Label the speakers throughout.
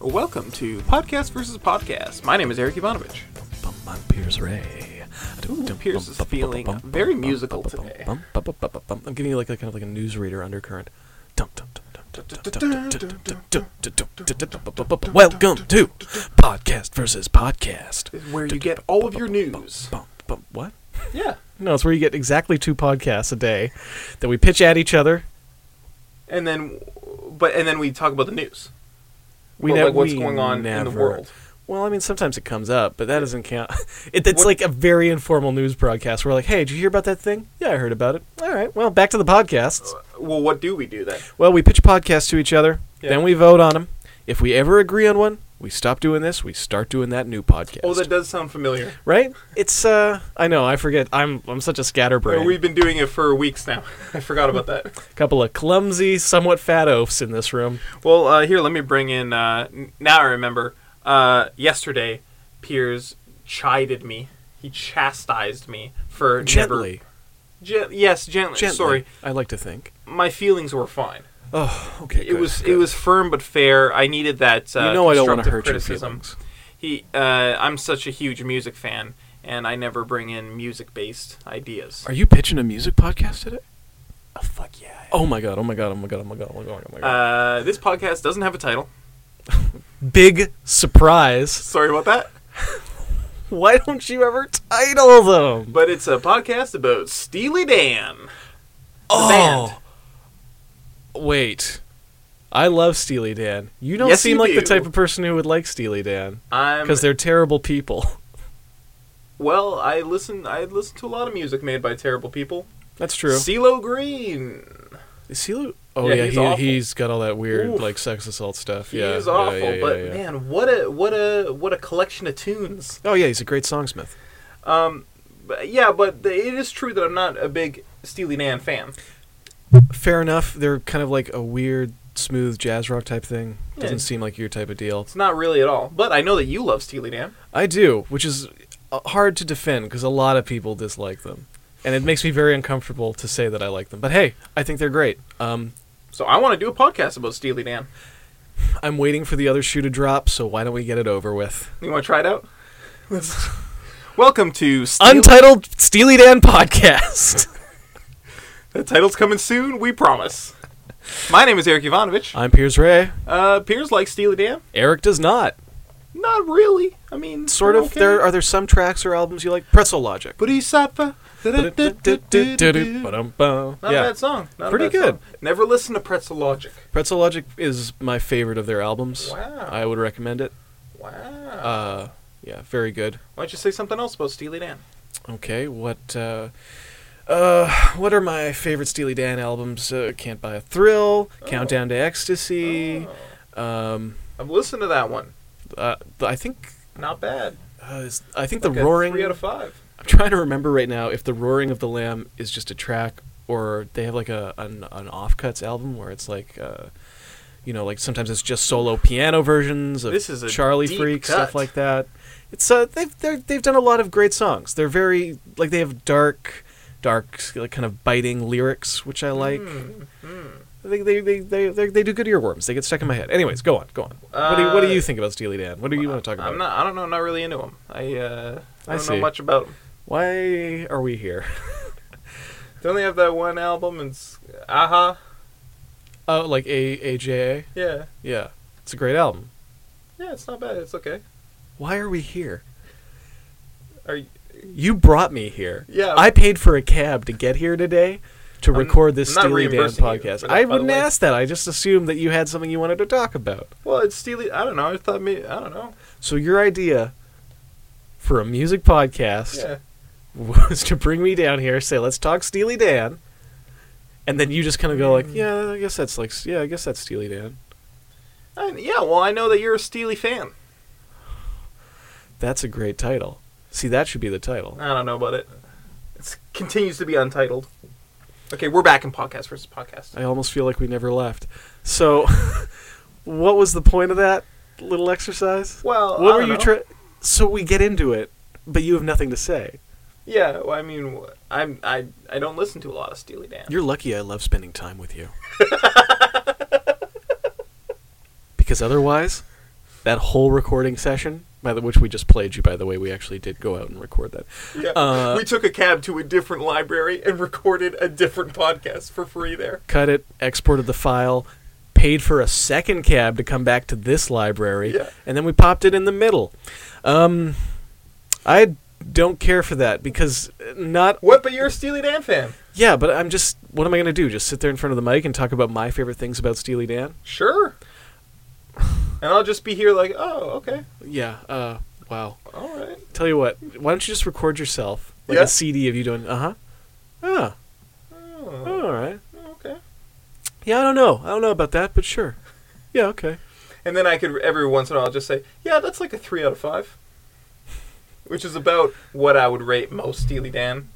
Speaker 1: Welcome to Podcast versus Podcast. My name is Eric Ivanovich.
Speaker 2: I'm Piers Ray.
Speaker 1: Piers is feeling very musical today.
Speaker 2: I'm giving you like a kind of like a newsreader undercurrent. Welcome to Podcast versus Podcast.
Speaker 1: This is where you get all of your news.
Speaker 2: What?
Speaker 1: Yeah.
Speaker 2: No, it's where you get exactly two podcasts a day that we pitch at each other.
Speaker 1: And then but and then we talk about the news.
Speaker 2: We
Speaker 1: Well,
Speaker 2: know
Speaker 1: like what's going on in the world.
Speaker 2: Well, I mean, sometimes it comes up, but that doesn't count. It, it's
Speaker 1: What-
Speaker 2: like a very informal news broadcast. We're like, "Hey, did you hear about that thing? Yeah, I heard about it. All right, well, back to the podcasts.
Speaker 1: Well, what do we do then?
Speaker 2: Well, we pitch podcasts to each other,
Speaker 1: Yeah.
Speaker 2: then we vote on them. If we ever agree on one, we stop doing this. We start doing that new podcast.
Speaker 1: Oh, that does sound familiar.
Speaker 2: right? It's uh, I know, I forget. I'm I'm such a
Speaker 1: Uh,
Speaker 2: scatterbrain.
Speaker 1: We've been doing it for weeks now. I forgot about that.
Speaker 2: couple of clumsy, somewhat fat oafs in this room.
Speaker 1: Well, uh, here, let me bring in. Uh, n- now I remember. Uh, yesterday, Piers chided me. He chastised me for
Speaker 2: Gently,
Speaker 1: Never, gen- yes, gently.
Speaker 2: gently.
Speaker 1: Sorry,
Speaker 2: I like to think.
Speaker 1: my feelings were fine.
Speaker 2: Oh, okay.
Speaker 1: it
Speaker 2: good,
Speaker 1: was it
Speaker 2: good.
Speaker 1: was firm but fair. I needed that. Uh,
Speaker 2: you know I don't want
Speaker 1: want
Speaker 2: to hurt
Speaker 1: criticism.
Speaker 2: your feelings.
Speaker 1: He, uh, I'm such a huge music fan, and I never bring in music-based ideas.
Speaker 2: Are you pitching a music podcast today?
Speaker 1: oh, fuck yeah!
Speaker 2: Oh my god! Oh my god! Oh my god! Oh my god! Oh my god! Oh my god!
Speaker 1: Uh, this podcast doesn't have a title.
Speaker 2: Big surprise!
Speaker 1: Sorry about that.
Speaker 2: Why don't you ever title them?
Speaker 1: But it's a podcast about Steely Dan.
Speaker 2: Oh, wait. I love Steely Dan. You don't
Speaker 1: Yes,
Speaker 2: seem
Speaker 1: you
Speaker 2: like the
Speaker 1: do.
Speaker 2: type of person who would like Steely Dan
Speaker 1: I'm
Speaker 2: because they're terrible people.
Speaker 1: well. I listen. I listen to a lot of music made by terrible people.
Speaker 2: That's true.
Speaker 1: CeeLo Green.
Speaker 2: Is he? Lu- Oh
Speaker 1: Yeah,
Speaker 2: yeah,
Speaker 1: he's
Speaker 2: he,
Speaker 1: awful.
Speaker 2: has got all that weird
Speaker 1: Oof.
Speaker 2: like sex assault stuff.
Speaker 1: He
Speaker 2: yeah,
Speaker 1: is
Speaker 2: yeah,
Speaker 1: awful,
Speaker 2: yeah, yeah,
Speaker 1: but
Speaker 2: yeah.
Speaker 1: man, what a what a what a collection of tunes.
Speaker 2: Oh yeah, he's a great songsmith.
Speaker 1: Um, but yeah, but the, it is true that I'm not a big Steely Dan fan.
Speaker 2: Fair enough. They're kind of like a weird, smooth jazz rock type thing.
Speaker 1: Yeah.
Speaker 2: Doesn't seem like your type of deal.
Speaker 1: It's not really at all. But I know that you love Steely Dan.
Speaker 2: I do, which is uh, hard to defend because a lot of people dislike them, and it makes me very uncomfortable to say that I like them. But hey, I think they're great. Um,
Speaker 1: So I want to do a podcast about Steely Dan.
Speaker 2: I'm waiting for the other shoe to drop, so why don't we get it over with?
Speaker 1: You want to try it out? Let's- Welcome to Steely.
Speaker 2: Untitled Steely Dan podcast.
Speaker 1: the title's coming soon. We promise. My name is Eric Ivanovich.
Speaker 2: I'm Piers Ray.
Speaker 1: Uh, Piers likes Steely Dan.
Speaker 2: Eric does not.
Speaker 1: Not really. I mean,
Speaker 2: Sort
Speaker 1: they're
Speaker 2: of.
Speaker 1: okay.
Speaker 2: There are there some tracks or albums you like? Pretzel Logic.
Speaker 1: But he's Sappa. Not
Speaker 2: Ba-dum-bum.
Speaker 1: a
Speaker 2: Yeah,
Speaker 1: bad song. Not a
Speaker 2: Pretty
Speaker 1: bad
Speaker 2: good.
Speaker 1: song. Never listen to Pretzel Logic.
Speaker 2: Pretzel Logic is my favorite of their albums.
Speaker 1: Wow. Uh-huh.
Speaker 2: I would recommend it.
Speaker 1: Wow.
Speaker 2: Uh, yeah, very good.
Speaker 1: Why don't you say something else about Steely Dan?
Speaker 2: Okay, what uh, uh, what are my favorite Steely Dan albums? Uh, Can't Buy a Thrill,
Speaker 1: Oh.
Speaker 2: Countdown to Ecstasy. Um,
Speaker 1: I've listened to that one.
Speaker 2: uh, I think
Speaker 1: Not bad.
Speaker 2: uh, is- I think the
Speaker 1: Like a
Speaker 2: roaring.
Speaker 1: Three out of five.
Speaker 2: I'm trying to remember right now if the roaring of the lamb is just a track or they have like a an, an offcuts album where it's like. Uh, you know, like sometimes it's just solo piano versions of
Speaker 1: This is a
Speaker 2: Charlie
Speaker 1: deep
Speaker 2: Freak
Speaker 1: cut.
Speaker 2: stuff like that. It's uh, they've they're, they've done a lot of great songs. They're very like they have dark, dark like kind of biting lyrics, which I like.
Speaker 1: Hmm.
Speaker 2: I think they they, they they they do good earworms. They get stuck in my head. Anyways, go on, go on. what do you, what do
Speaker 1: Uh,
Speaker 2: you think about Steely Dan? What do you want to talk about?
Speaker 1: I'm not. I don't know. Not really into him. I uh, I
Speaker 2: I
Speaker 1: don't know
Speaker 2: see.
Speaker 1: much about him.
Speaker 2: Why are we here?
Speaker 1: Don't they have that one album? and It's Aha.
Speaker 2: Oh, like A AJA.
Speaker 1: Yeah.
Speaker 2: Yeah, it's a great album.
Speaker 1: Yeah. It's not bad. It's okay.
Speaker 2: Why are we here?
Speaker 1: Are you,
Speaker 2: You brought me here.
Speaker 1: Yeah.
Speaker 2: I paid for a cab to get here today to
Speaker 1: I'm-
Speaker 2: record this
Speaker 1: I'm not
Speaker 2: Steely Dan
Speaker 1: reimbursing you
Speaker 2: podcast.
Speaker 1: for that, by
Speaker 2: I
Speaker 1: the
Speaker 2: wouldn't
Speaker 1: way.
Speaker 2: ask that. I just assumed that you had something you wanted to talk about.
Speaker 1: well, it's Steely. I don't know. I thought maybe. I don't know.
Speaker 2: So your idea for a music podcast
Speaker 1: Yeah.
Speaker 2: was to bring me down here, say, "Let's talk Steely Dan," and then you just kind of go
Speaker 1: Mm.
Speaker 2: like, "Yeah, I guess that's like, yeah, I guess that's Steely Dan."
Speaker 1: I, yeah. Well, I know that you're a Steely fan.
Speaker 2: That's a great title. See, that should be the title.
Speaker 1: I don't know about it. It continues to be untitled. Okay, we're back in podcast versus podcast.
Speaker 2: I almost feel like we never left. So, what was the point of that little exercise?
Speaker 1: Well, I
Speaker 2: what were
Speaker 1: don't
Speaker 2: you
Speaker 1: know.
Speaker 2: trying? So we get into it, but you have nothing to say.
Speaker 1: Yeah, well, I mean, wh- I'm I I don't listen to a lot of Steely Dan.
Speaker 2: You're lucky. I love spending time with you. because otherwise, that whole recording session, by the, which we just played you, by the way, we actually did go out and record that.
Speaker 1: Yeah.
Speaker 2: Uh,
Speaker 1: we took a cab to a different library and recorded a different podcast for free there.
Speaker 2: Cut it, exported the file, paid for a second cab to come back to this library,
Speaker 1: Yeah.
Speaker 2: and then we popped it in the middle. Um, I don't care for that because not
Speaker 1: What? But you're a Steely Dan fan.
Speaker 2: yeah, but I'm just what am I going to do? Just sit there in front of the mic and talk about my favorite things about Steely Dan?
Speaker 1: Sure. And I'll just be here like, oh, okay,
Speaker 2: Yeah. Uh, wow.
Speaker 1: all right.
Speaker 2: Tell you what, why don't you just record yourself like
Speaker 1: Yeah.
Speaker 2: a CD of you doing uh huh, ah,
Speaker 1: Oh,
Speaker 2: all right.
Speaker 1: okay.
Speaker 2: Yeah, I don't know. I don't know about that, but sure. Yeah, okay.
Speaker 1: And then I could every once in a while just say, yeah, that's like a three out of five, which is about what I would rate most Steely Dan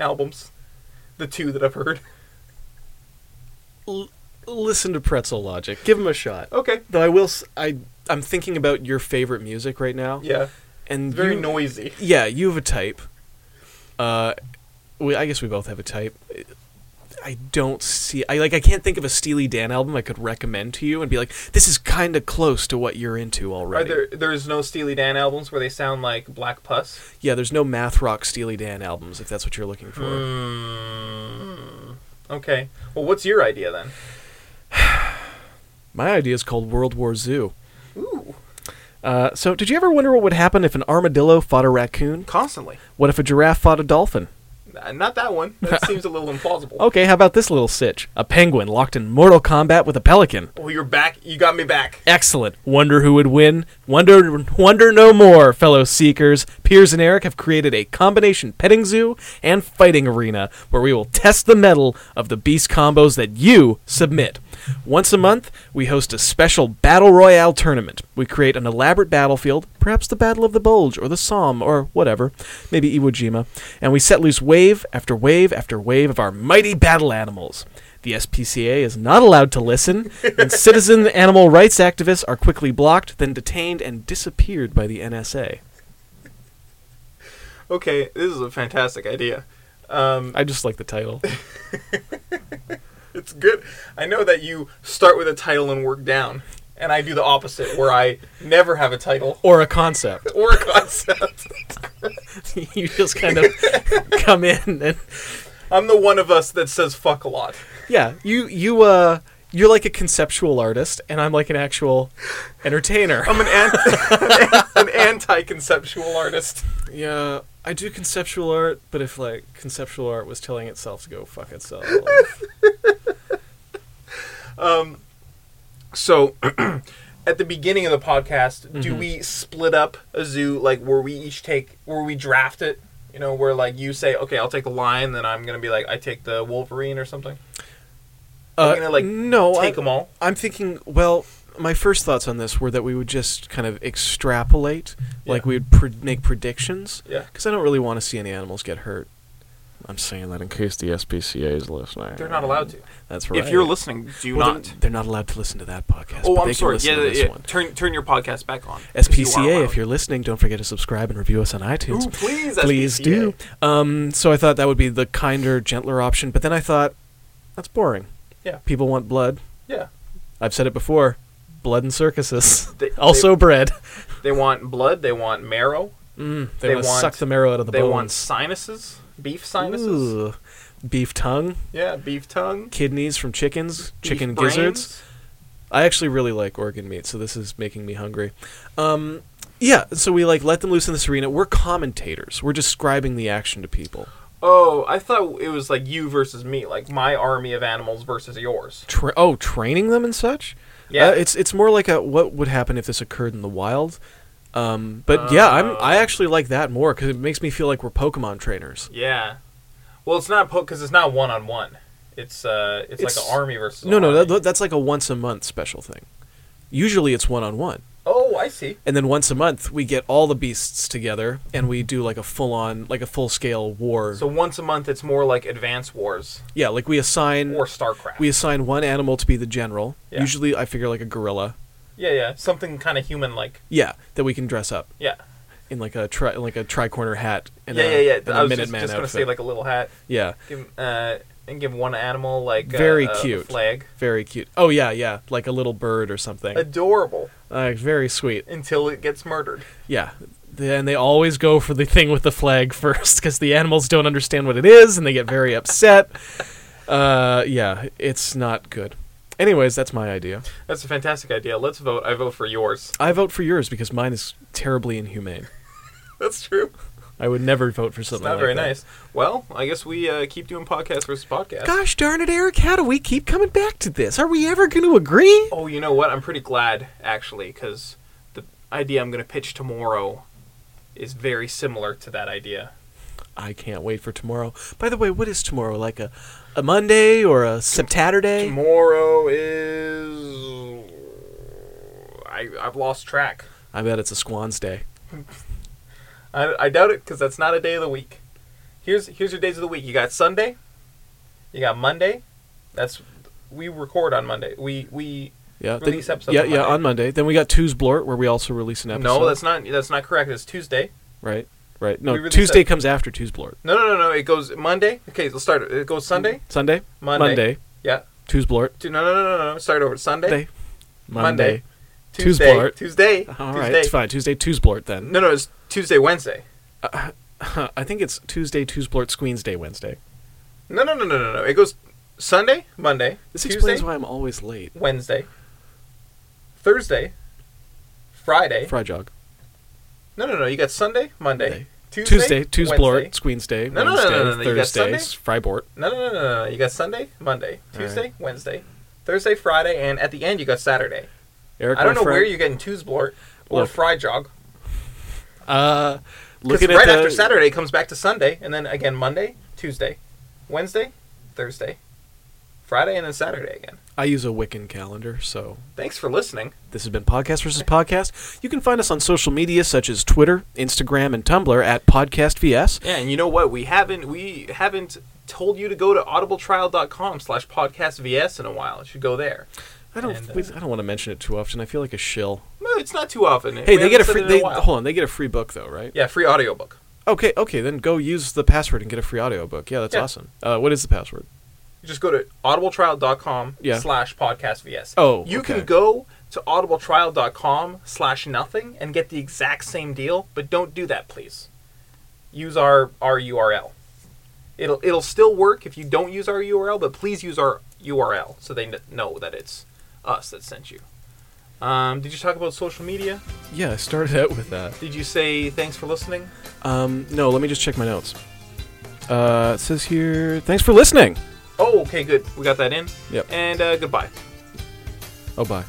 Speaker 1: albums, the two that I've heard.
Speaker 2: L- listen to Pretzel Logic. Give him a shot.
Speaker 1: Okay.
Speaker 2: Though I will, s- I am thinking about your favorite music right now,
Speaker 1: Yeah.
Speaker 2: and
Speaker 1: It's very
Speaker 2: you,
Speaker 1: noisy.
Speaker 2: Yeah, you have a type. Uh, we, I guess we both have a type. I don't see. I like. I can't think of a Steely Dan album I could recommend to you and be like, "This is kind of close to what you're into
Speaker 1: Are
Speaker 2: already."
Speaker 1: there? There's no Steely Dan albums where they sound like black pus.
Speaker 2: yeah, there's no math rock Steely Dan albums if that's what you're looking for.
Speaker 1: Hmm. Mm, okay. Well, what's your idea then?
Speaker 2: My idea is called World War Zoo.
Speaker 1: Ooh,
Speaker 2: Uh, so, did you ever wonder what would happen if an armadillo fought a raccoon?
Speaker 1: constantly.
Speaker 2: What if a giraffe fought a dolphin?
Speaker 1: Uh, Not that one. That seems a little implausible.
Speaker 2: Okay, how about this little sitch? A penguin locked in mortal combat with a pelican.
Speaker 1: Oh, you're back. You got me back.
Speaker 2: Excellent. Wonder who would win. Wonder, wonder no more, fellow seekers. Piers and Eric have created a combination petting zoo and fighting arena where we will test the metal of the beast combos that you submit. Once a month, we host a special battle royale tournament. We create an elaborate battlefield, perhaps the Battle of the Bulge or the Somme or whatever, maybe Iwo Jima, and we set loose wave after wave after wave of our mighty battle animals. The SPCA is not allowed to listen, and citizen animal rights activists are quickly blocked, then detained and disappeared by the NSA.
Speaker 1: Okay, this is a fantastic idea. Um,
Speaker 2: I just like the title.
Speaker 1: it's good. I know that you start with a title and work down, and I do the opposite, where I never have a title
Speaker 2: Or a concept.
Speaker 1: or a concept.
Speaker 2: you just kind of come in and
Speaker 1: I'm the one of us that says fuck a lot.
Speaker 2: yeah, you you uh you're like a conceptual artist and I'm like an actual entertainer.
Speaker 1: I'm an an, an anti-conceptual artist.
Speaker 2: Yeah, I do conceptual art, but if like conceptual art was telling itself to go fuck itself.
Speaker 1: So, at the beginning of the podcast, do we split up a zoo? Like, where we each take, where we draft it? You know, where like you say, okay, I'll take the lion, then I'm gonna be like, I take the wolverine or something.
Speaker 2: Uh,
Speaker 1: gonna, like,
Speaker 2: no,
Speaker 1: take
Speaker 2: I-
Speaker 1: them all.
Speaker 2: I'm thinking, well, my first thoughts on this were that we would just kind of extrapolate, like
Speaker 1: Yeah.
Speaker 2: we would pre- make predictions,
Speaker 1: Yeah,
Speaker 2: because I don't really want to see any animals get hurt. I'm saying that in case the SPCA is listening.
Speaker 1: they're not allowed to.
Speaker 2: That's right.
Speaker 1: If you're listening, do
Speaker 2: Well,
Speaker 1: not.
Speaker 2: They're, they're not allowed to listen to that podcast.
Speaker 1: oh,
Speaker 2: but
Speaker 1: I'm
Speaker 2: they
Speaker 1: sorry.
Speaker 2: Can
Speaker 1: Yeah,
Speaker 2: listen to
Speaker 1: yeah.
Speaker 2: this
Speaker 1: yeah.
Speaker 2: One.
Speaker 1: Turn turn your podcast back on. 'cause you are
Speaker 2: SPCA,
Speaker 1: allowed.
Speaker 2: if you're listening, don't forget to subscribe and review us on iTunes.
Speaker 1: Ooh, please,
Speaker 2: Please
Speaker 1: SPCA.
Speaker 2: do. Um, so I thought that would be the kinder, gentler option, but then I thought, that's boring.
Speaker 1: Yeah.
Speaker 2: People want blood.
Speaker 1: Yeah,
Speaker 2: I've said it before. Blood and circuses.
Speaker 1: They-
Speaker 2: also bread.
Speaker 1: they want blood. They want marrow.
Speaker 2: Mm, they
Speaker 1: They
Speaker 2: want to
Speaker 1: want-
Speaker 2: suck the marrow out of the
Speaker 1: they want
Speaker 2: bones.
Speaker 1: sinuses, beef sinuses.
Speaker 2: Ooh. Beef tongue,
Speaker 1: Yeah, beef tongue,
Speaker 2: kidneys from chickens,
Speaker 1: beef
Speaker 2: chicken
Speaker 1: brains.
Speaker 2: gizzards. I actually really like organ meat, so this is making me hungry. Um, yeah, so we like let them loose in this arena. We're commentators. We're describing the action to people.
Speaker 1: Oh, I thought it was like you versus me, like my army of animals versus yours.
Speaker 2: Tra- oh, training them and such.
Speaker 1: Yeah.
Speaker 2: uh, it's it's more like a what would happen if this occurred in the wild. Um, but
Speaker 1: Uh,
Speaker 2: yeah, I'm I actually like that more because it makes me feel like we're Pokemon trainers.
Speaker 1: Yeah. Well, it's not because it's not one on one. It's uh, it's, like
Speaker 2: It's-
Speaker 1: an army versus.
Speaker 2: No,
Speaker 1: an
Speaker 2: no,
Speaker 1: army.
Speaker 2: that, that's like a once a month special thing. Usually it's one on one.
Speaker 1: oh, I see.
Speaker 2: And then once a month, we get all the beasts together and we do like a full on, like a full scale war.
Speaker 1: So once a month, it's more like Advance Wars
Speaker 2: yeah, like we assign
Speaker 1: or Starcraft.
Speaker 2: we assign one animal to be the general.
Speaker 1: Yeah.
Speaker 2: Usually, I figure like a gorilla.
Speaker 1: yeah, yeah, something kind of human like.
Speaker 2: Yeah, that we can dress up
Speaker 1: Yeah.
Speaker 2: in like a tri- like a tricorner hat. And
Speaker 1: yeah,
Speaker 2: a,
Speaker 1: yeah, yeah,
Speaker 2: and a
Speaker 1: I was
Speaker 2: Minuteman
Speaker 1: just, just gonna
Speaker 2: outfit.
Speaker 1: say like a little hat.
Speaker 2: yeah,
Speaker 1: Give uh, and give one animal like uh,
Speaker 2: Very
Speaker 1: a
Speaker 2: cute.
Speaker 1: flag.
Speaker 2: very cute. Oh yeah, yeah, like a little bird or something.
Speaker 1: Adorable.
Speaker 2: Uh, very sweet.
Speaker 1: until it gets murdered.
Speaker 2: Yeah. And they always go for the thing with the flag first because the animals don't understand what it is and they get very upset. Uh, yeah, it's not good. Anyways, that's my idea.
Speaker 1: That's a fantastic idea. Let's vote. I vote for yours.
Speaker 2: I vote for yours because mine is terribly inhumane.
Speaker 1: That's true.
Speaker 2: I would never vote for
Speaker 1: It's
Speaker 2: something
Speaker 1: not
Speaker 2: like
Speaker 1: very
Speaker 2: that.
Speaker 1: nice. Well, I guess we uh, keep doing podcast versus podcast.
Speaker 2: Gosh darn it, Eric, how do we keep coming back to this? Are we ever going to agree?
Speaker 1: Oh, you know what? I'm pretty glad actually because the idea I'm going to pitch tomorrow is very similar to that idea.
Speaker 2: I can't wait for tomorrow. By the way, what is tomorrow? Like a, a Monday or a Septaturday?
Speaker 1: Tomorrow is I I've lost track.
Speaker 2: I bet it's a Squan's Day.
Speaker 1: I, I doubt it because that's not a day of the week. Here's here's your days of the week. You got Sunday, you got Monday. That's we record on Monday. We we
Speaker 2: Yeah, then-
Speaker 1: Release episodes
Speaker 2: yeah,
Speaker 1: on
Speaker 2: yeah,
Speaker 1: Monday.
Speaker 2: on Monday. Then we got Tuesday Blort, where we also release an episode.
Speaker 1: no, that's not that's not correct. It's Tuesday.
Speaker 2: right, right.
Speaker 1: we
Speaker 2: No,
Speaker 1: release
Speaker 2: Tuesday
Speaker 1: that-
Speaker 2: comes after Tuesday Blort.
Speaker 1: No, no, no, no. It goes Monday. Okay, let's start. It goes Sunday,
Speaker 2: Sunday,
Speaker 1: Monday.
Speaker 2: Monday,
Speaker 1: Yeah.
Speaker 2: Tuesday Blort,
Speaker 1: Tu- No, no, no, no, no. Start over. Sunday,
Speaker 2: Monday,
Speaker 1: Monday. Tuesday,
Speaker 2: Tuesday.
Speaker 1: Tuesday,
Speaker 2: All right,
Speaker 1: Tuesday.
Speaker 2: it's fine. Tuesday Tuesday Blort then. Uh,
Speaker 1: No, no, it's Tuesday, Wednesday.
Speaker 2: I think it's Tuesday Tuesday Blort Squeens Day Wednesday.
Speaker 1: No, no, no, no, no, no. It goes Sunday, Monday,
Speaker 2: This
Speaker 1: Tuesday,
Speaker 2: explains why I'm always late.
Speaker 1: Wednesday, Thursday, Friday.
Speaker 2: Fry jog.
Speaker 1: No, no, no. You got Sunday, Monday,
Speaker 2: Monday.
Speaker 1: Tuesday,
Speaker 2: Tuesday Tuesday
Speaker 1: Wednesday.
Speaker 2: Blort Squeens Day
Speaker 1: No, no, no,
Speaker 2: Wednesday
Speaker 1: no, no, no, you got
Speaker 2: Thursday
Speaker 1: Sunday?
Speaker 2: s- Fry Blort.
Speaker 1: No, no, no, no, no. You got Sunday, Monday,
Speaker 2: All right.
Speaker 1: Tuesday, Wednesday, Thursday, Friday, and at the end you got Saturday.
Speaker 2: Eric,
Speaker 1: I don't
Speaker 2: my
Speaker 1: know
Speaker 2: friend-
Speaker 1: where you're getting Tuesblort or
Speaker 2: Look,
Speaker 1: Fry Jog.
Speaker 2: Uh,
Speaker 1: Because
Speaker 2: looking
Speaker 1: right
Speaker 2: at the,
Speaker 1: after Saturday it comes back to Sunday, and then again Monday, Tuesday, Wednesday, Thursday, Friday, and then Saturday again.
Speaker 2: I use a Wiccan calendar, so
Speaker 1: Thanks for listening.
Speaker 2: This has been Podcast versus Podcast. You can find us on social media such as Twitter, Instagram, and Tumblr at Podcast VS.
Speaker 1: Yeah, and you know what? We haven't we haven't told you to go to audibletrial.com slash podcast vs in a while. It should go there.
Speaker 2: I don't,
Speaker 1: And, uh,
Speaker 2: we, I don't want to mention it too often. I feel like a shill.
Speaker 1: No, it's not too often.
Speaker 2: Hey,
Speaker 1: We
Speaker 2: they get a
Speaker 1: haven't said
Speaker 2: free.
Speaker 1: it in
Speaker 2: They,
Speaker 1: while.
Speaker 2: hold on, they get a free book though, right?
Speaker 1: Yeah, free audiobook.
Speaker 2: Okay, okay, then go use the password and get a free audiobook. Yeah, that's
Speaker 1: Yeah.
Speaker 2: awesome. Uh, what is the password?
Speaker 1: You just go to audibletrial.com
Speaker 2: Yeah.
Speaker 1: slash podcast vs.
Speaker 2: Oh,
Speaker 1: You
Speaker 2: okay.
Speaker 1: can go to audibletrial.com slash nothing and get the exact same deal, but don't do that, please. Use our, our URL. It'll it'll still work if you don't use our URL, but please use our URL so they kn- know that it's us that sent you. Um, did you talk about social media?
Speaker 2: Yeah, I started out with that.
Speaker 1: Did you say thanks for listening?
Speaker 2: Um, no, let me just check my notes. Uh, it says here, thanks for listening.
Speaker 1: Oh, okay, good. We got that in.
Speaker 2: Yep.
Speaker 1: And uh, goodbye.
Speaker 2: Oh, bye.